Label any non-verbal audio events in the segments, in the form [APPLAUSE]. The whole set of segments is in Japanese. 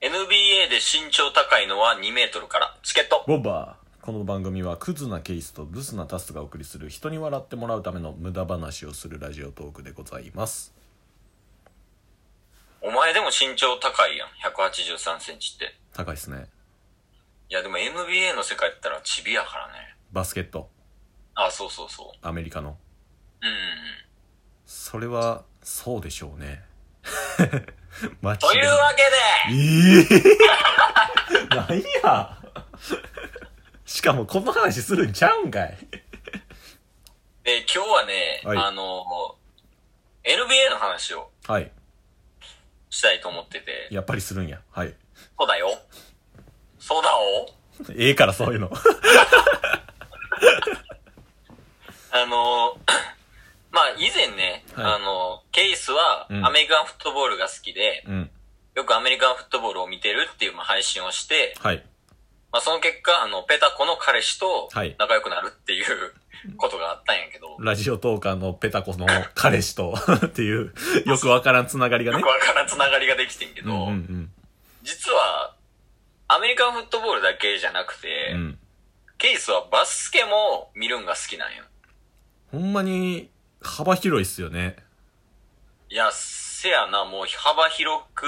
NBA で身長高いのは2メートルから。チケット。ボンバーこの番組はクズなケースとブスなタスがお送りする人に笑ってもらうための無駄話をするラジオトークでございますお前でも身長高いやん。183センチって。高いっすねいや、でも NBA の世界やったらチビやからね。バスケットあ、そうそうそう。アメリカのうんうんうん。それはそうでしょうね [LAUGHS] 間違というわけで、ええ [LAUGHS] なんやしかもこの話するんちゃうんかいで今日はね、はいあの、NBA の話をはいしたいと思ってて。やっぱりするんやはいそうだよ。そうだおええからそういうのあの、 [CLEARS THROAT] まあ、以前ね、はいあの、ケイスはうんアメリカンフットボールが好きで、うんよくアメリカンフットボールを見てるっていうまあ配信をして、はいまあ、その結果、あの、ペタコの彼氏とはい仲良くなるっていうことがあったんやけど、ラジオトーカーのペタコの彼 [LAUGHS] 氏とっていうよくわからんつながりがよねくわからんつながりができてんけうど、んうん実は、アメリカンフットボールだけじゃなくて、うんうんケイスはバスケも見るんが好きなんよ。ほんまに幅広いっすよねいや、せやな、もう幅広く、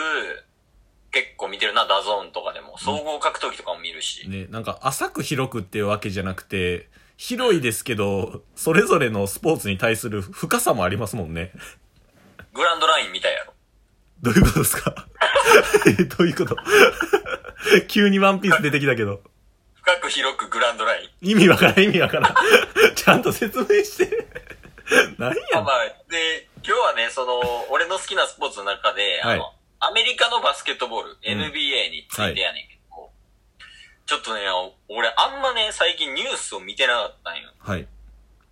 結構見てるな、ダゾーンとかでも。総合格闘技とかも見るし。ねなんか浅く広くっていうわけじゃなくて広いですけどそれぞれのスポーツに対する深さもありますもんねグランドラインみたいやろ。どういうことですか [LAUGHS] えどういうこと急にワンピース出てきたけど。深く広くグランドライン。意味わからん、意味わからん。ちゃんと説明して。何まやあんま。あ、で、今日はね、その、俺の好きなスポーツの中で、あの、はアメリカのバスケットボール、NBA についてやねんけど、ちょっとね、俺あんまね、最近ニュースを見てなかったんよ。はい。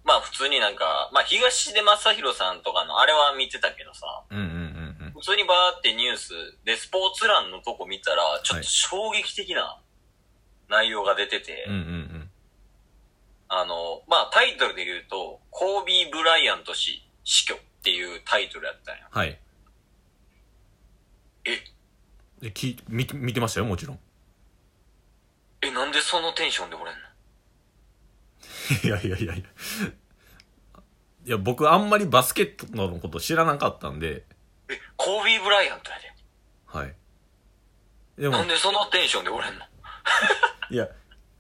まあ普通になんか、まあ東出正宏さんとかのあれは見てたけどさ、うんうんうん普通にバーってニュースでスポーツ欄のとこ見たら、ちょっと衝撃的な内容が出てて、うん。うんうんあの、まあタイトルで言うと、コービー・ブライアント氏死去っていうタイトルやったんや。はい。え、え、き、見、見てましたよ、もちろん。え、なんでそのテンションでおれんの [LAUGHS] いやいやいやいや。いや、僕あんまりバスケットのこと知らなかったんで、え、コービー・ブライアントやで。はい。でもなん、でそのテンションでおれんのいや、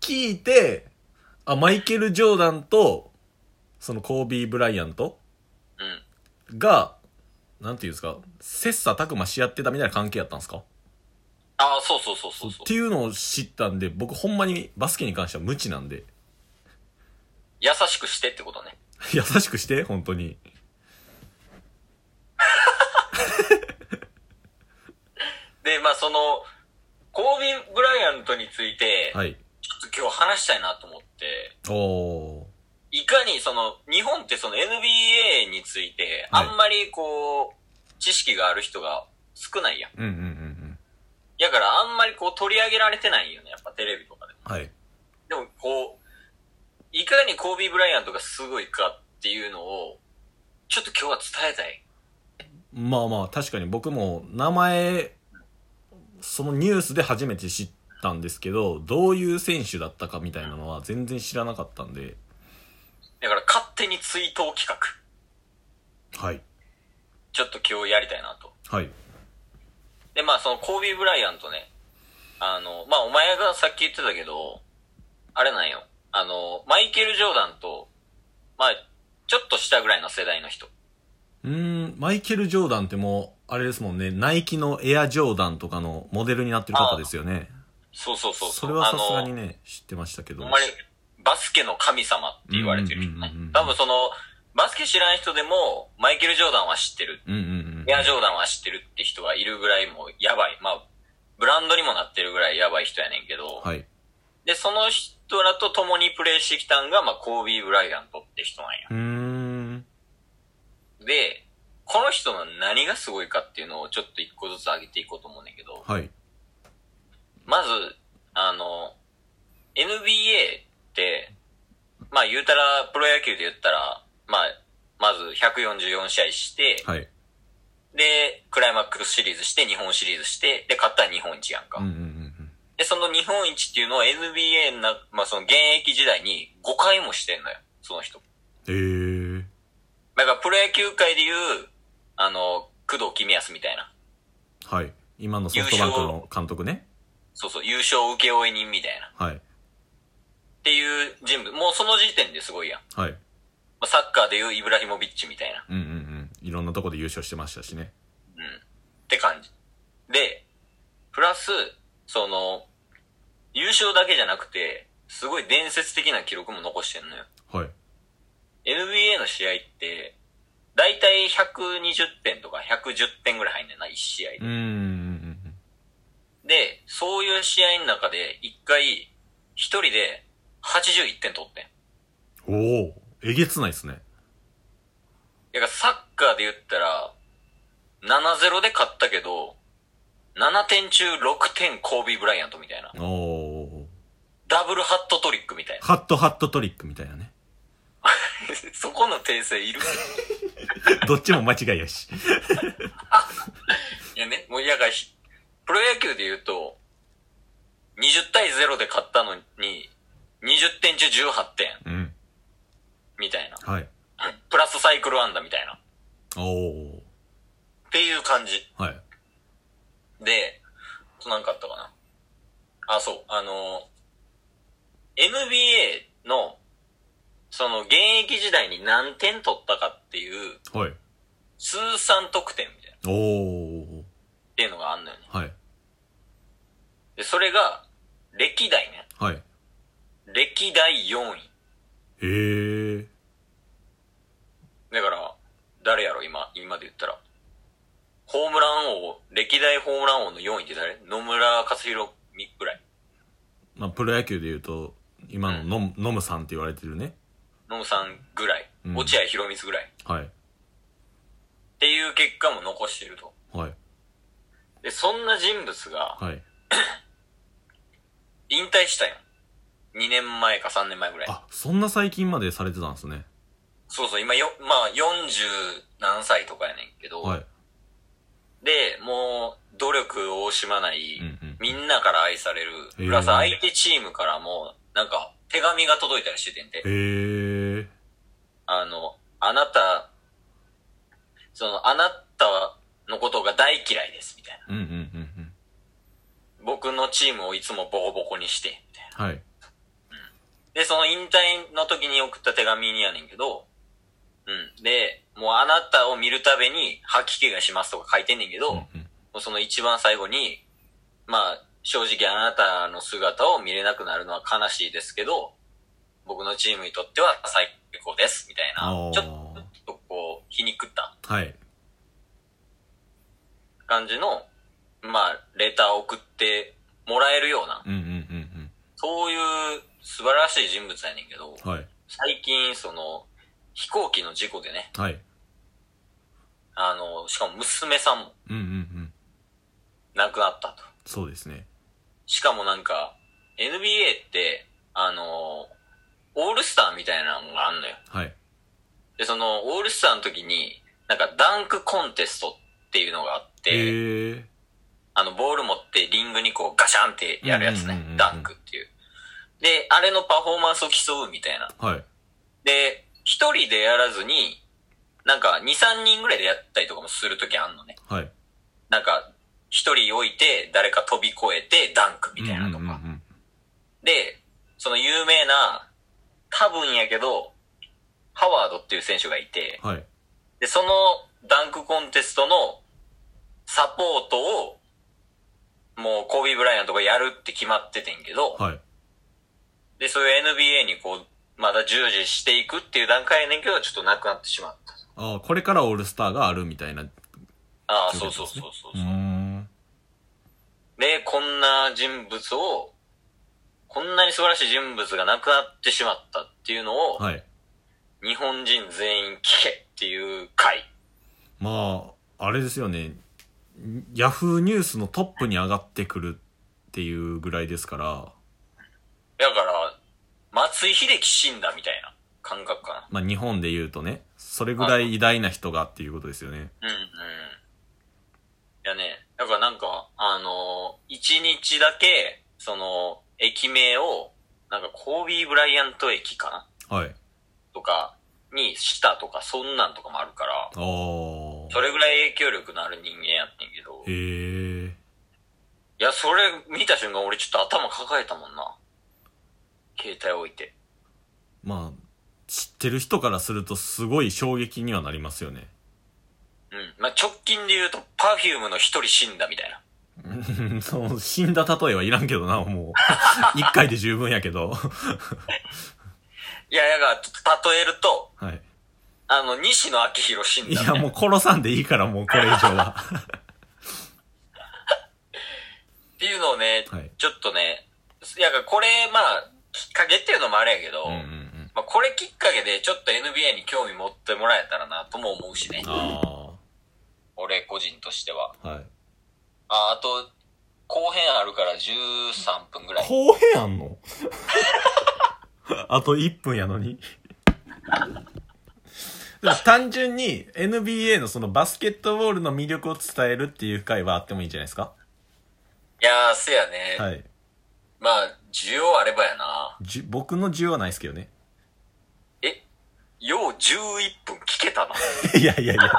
聞いて、あ、マイケル・ジョーダンと、そのコービー・ブライアントうん。が、なんていうんですか、切磋琢磨し合ってたみたいな関係やったんですかああ、そうそうそうそうそうって。いうのを知ったんで、僕ほんまにバスケに関しては無知なんで、優しくしてってことね。優しくして、本当に。で、まあその、コービー・ブライアントについて、はい。ちょっと今日話したいなと思って、おー。いかにその、日本ってその NBA について、はいあんまりこう、知識がある人が少ないやん。うんうんうんうん。やからあんまりこう取り上げられてないよね、やっぱテレビとかでも。はい。でもこう、いかにコービー・ブライアントがすごいかっていうのを、ちょっと今日は伝えたい。まあまあ、確かに僕も名前、そのニュースで初めて知ったんですけど、どういう選手だったかみたいなのは全然知らなかったんで、だから勝手に追悼企画、はい。ちょっと今日やりたいなと。はい。で、まあそのコービー・ブライアントね、あの、まあお前がさっき言ってたけど、あれなんよ。あの、マイケル・ジョーダンと、まあ、ちょっと下ぐらいの世代の人。うーん、マイケル・ジョーダンってもう、あれですもんね、ナイキのエア・ジョーダンとかのモデルになってる方ですよね。そうそうそうう。それはさすがにね。ね、知ってましたけあど。の、ほんまにバスケの神様って言われてる人うんねうんうんうん。多分その、バスケ知らん人でも、マイケル・ジョーダンは知ってる。うんうんうん。エア・ジョーダンは知ってるって人がいるぐらいもうやばい。まあ、ブランドにもなってるぐらいやばい人やねんけど、はい。で、その人らと共にプレイしてきたんが、まあ、コービー・ブライアントって人なんや。うーん。で、この人の何がすごいかっていうのをちょっと一個ずつ上げていこうと思うんだけど、はい。まず、あの、NBA って、まあ言うたら、プロ野球で言ったら、まあ、まず144試合して、はい。で、クライマックスシリーズして、日本シリーズして、で、勝ったら日本一やんか。うんうんうんで、その日本一っていうのを NBA な、まあ、その現役時代に5回もしてんのよ、その人。うん。へえ。だからプロ野球界でいう、あの、工藤公康みたいな。はい。今のソフトバンクの監督ね。そうそう、優勝請負人みたいな。はい。っていう人物。もうその時点ですごいやん。はい。まあ、サッカーでいうイブラヒモビッチみたいな。うんうんうん。いろんなとこで優勝してましたしね。って感じ。で、プラス、その、優勝だけじゃなくて、すごい伝説的な記録も残してんのよ。はい。 NBA の試合って、だいたい120点とか110点ぐらい入んねんな、1試合でう。んうんうんで、そういう試合の中で、一回、一人で81点取ってん。うん。おお。えげつないですね。だからサッカーで言ったら、7-0で勝ったけど、7点中6点コービー・ブライアントみたいな。おお。ダブルハットトリックみたいな。 [LAUGHS] ハットハットトリックみたいなね。そこの訂正いるどっちも間違いやし。いやね、もういやがひ、プロ野球で言うと、20対0で勝ったのに、20点中18点うん。みたいな。はい。プラスサイクルアンダみたいな。っおお。ていう感じ。はい。で、あとなんかあったかな。あ、そう、あの、NBA の、その現役時代に何点取ったかっていう、はい。通算得点みたいな、っおお。ていうのがあんのよね。はい。で、それが、歴代ね。はい。歴代4位。へえ。だから、誰やろ、今、今で言ったら。ホームラン王、歴代ホームラン王の4位って誰野村克弘ぐらい。まあ、プロ野球で言うと、今のノム、ノムさんって言われてるね。野村さんぐらいうん。落合博光ぐらい。はい。っていう結果も残してると。はい。で、そんな人物がはい。引退したよ。2年前か3年前ぐらい。あ、そんな最近までされてたんですね。そうそう、今よ、まあ40何歳とかやねんけど、はい。で、もう努力を惜しまない、うんうんみんなから愛される、へえプラス相手チームからも、なんか手紙が届いたりしててんて、へえ。あの、あなた、その、あなたのことが大嫌いです、みたいな。うんうんうんうん。僕のチームをいつもボコボコにして、みたいな。はい。で、その引退の時に送った手紙にやねんけど、うん。で、もうあなたを見るたびに吐き気がしますとか書いてんねんけど、もうんうんうその一番最後に、まあ、正直あなたの姿を見れなくなるのは悲しいですけど、僕のチームにとっては最高です、みたいなおー。ちょっとこう、皮肉ったはい。感じの、まあ、レターを送ってもらえるような、うんうんうんそういう素晴らしい人物やねんけど、うん。はい。最近、その、飛行機の事故でね、はい。あの、しかも娘さんもうんうんうん。亡くなったと。そうですね。しかもなんか、NBA って、あの、オールスターみたいなのがあんのよ。はい。で、その、オールスターの時に、なんかダンクコンテストっていうのがあって、へえ。あの、ボール持ってリングにこうガシャンってやるやつうんうんうんうねん。ダンクっていう。で、あれのパフォーマンスを競うみたいな。はい。で、一人でやらずに、なんか2、3人ぐらいでやったりとかもする時あんのね。はい。なんか、一人置いて、誰か飛び越えて、ダンクみたいなとか。うんうんうんうん。で、その有名な、多分やけど、ハワードっていう選手がいて、はい。で、そのダンクコンテストのサポートを、もうコービー・ブライアントがやるって決まっててんけど、はい。で、そういう NBA にこう、まだ従事していくっていう段階やねんけど、ちょっとなくなってしまった。ああ、これからオールスターがあるみたいな。ああ、といそううこそうとですそうねそううそうーん。で、こんな人物を、こんなに素晴らしい人物が亡くなってしまったっていうのを、はい。日本人全員聞けっていう回。まあ、あれですよね。ヤフーニュースのトップに上がってくるっていうぐらいですから、だから、松井秀喜死んだみたいな感覚かまあ日本で言うとね、それぐらい偉大な人がっていうことですよね。な。うんうん。やね、だからなんか、あのー、一日だけ、その、駅名を、なんかコービー・ブライアント駅かなはい。とか、にしたとか、そんなんとかもあるから、あー。それぐらい影響力のある人間やってんけど、いへえ。や、それ見た瞬間俺ちょっと頭抱えたもんな。携帯置いて。まあ、知ってる人からするとすごい衝撃にはなりますよね。うん。まあ、直近で言うと、パフュームの一人死んだみたいな。うん [LAUGHS] その死んだ例えはいらんけどな、も [LAUGHS] う。一回で十分やけど。 [LAUGHS] いや、だからちょっと例えると、はい。あの、西野昭弘死んだいみたいや、な。もう殺さんでいいから、もうこれ以上は。 [LAUGHS] っていうのをね、はい。ちょっとね、いや、これ、まあ、きっかけっていうのもあれやけど、うんうんうん。まあ、これきっかけで、ちょっと NBA に興味持ってもらえたらな、とも思うしね。あ俺個人としては。あ。はい。あ、あと、後編あるから13分ぐらい。後編あんの [LAUGHS] あと1分やのに。 [LAUGHS] でも単純に NBA のそのバスケットボールの魅力を伝えるっていう回はあってもいいんじゃないですかいやー、せやね。はい。まあ、需要あればやな。じゅ僕の需要はないですけどね。え、よう11分聞けた [LAUGHS] な。いやいやいや。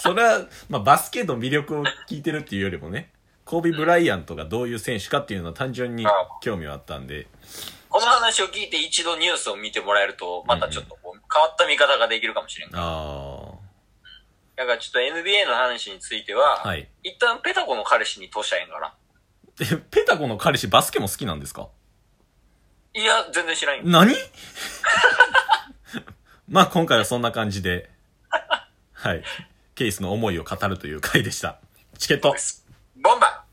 それは、まあ、バスケの魅力を聞いてるっていうよりもね、コービー・ブライアントがどういう選手かっていうのは単純に興味はあったんで、この話を聞いて一度ニュースを見てもらえると、またちょっとこう変わった見方ができるかもしれんから。あだからちょっと NBA の話についてあは、はい。 [LAUGHS] 一旦ペタコの彼氏に通したらええんかな。で、ペタコの彼氏バスケも好きなんですかいや、全然知らんよ。何 [LAUGHS] まあ今回はそんな感じで、はい。ケースの思いを語るという回でした。チケット。ボンバー